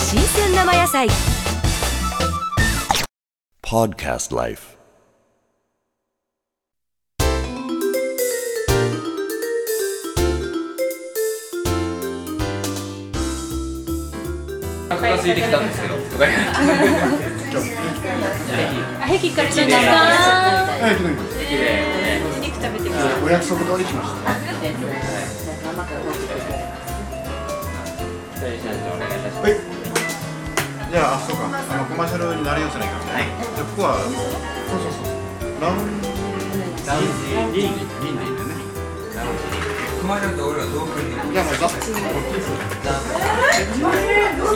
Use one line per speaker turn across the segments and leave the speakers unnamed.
生野菜
Podcast Life.
お腹が空いてきたんですけど、とか言う
壁かちな
はい、ひどいです
綺麗にね
お約束通りしました。
期待しないでお願いいたします。
はい。じゃあ、あ、そうか、あのコマーシャルになりようじゃないか。はい。じゃあ、ここは、そうそうそう。ラウンジ
ダウンジリン
リンでいいんだよね。
組まれると俺はどう来るの
じゃあ、もうザ。
二人と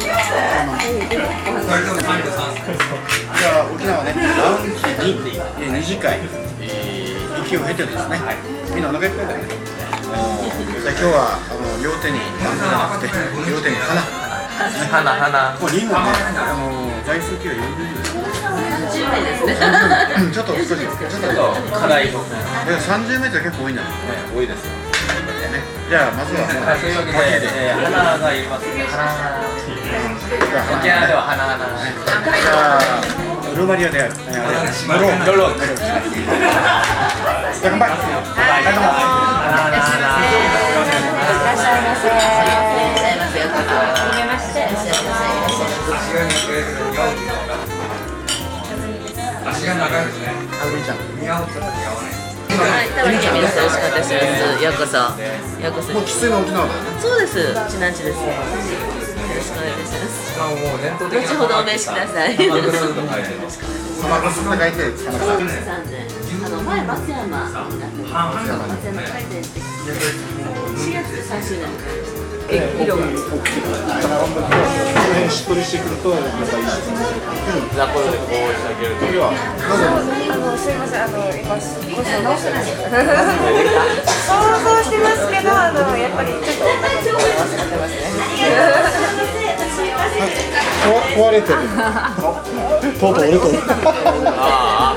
も三十三歳
じゃあ、沖縄ね、ラウンジリンでいい。え、二次会。息を経てですね。みんなお腹いっぱいだよね。じゃあ、今日は、あの、両手に、ランじゃなくて、両手に花。
花花
こう、リンゴね、あの、倍数球は40以上です。ね。ちょっと、少し、ちょっと。
と課題もね
え、三十メートル結構多いんだね。
多いですよ。
じゃあまずは
はい、そういうわけで、えー、花がいますね。花花。沖縄では花花。
じゃあウルマリアである。
マロン
ロロン。
乾杯。
花花花。
足が抜ける四足が長いですね
あウリちゃん。
似合う人たちが合わない
はい、食べてみると美味しかったです。ようこそ。ようこそ
もう。喫水の沖縄だよね。
そうです。うちなんちです。よろしくお願いいたします。
しかももう伝統的な
後ほどお召しください。
マグロと書いてますか
そのスがいてつかなかった。
あの前松山になってます。松山回転して。4月最終年。え、色が。
ザコでこうしてあげると。
すいません、あの、今、すごい直して ないですか。想像してますけど、あの、やっぱり、ちょっと、
壊れてる。とうとう折れてる。
あ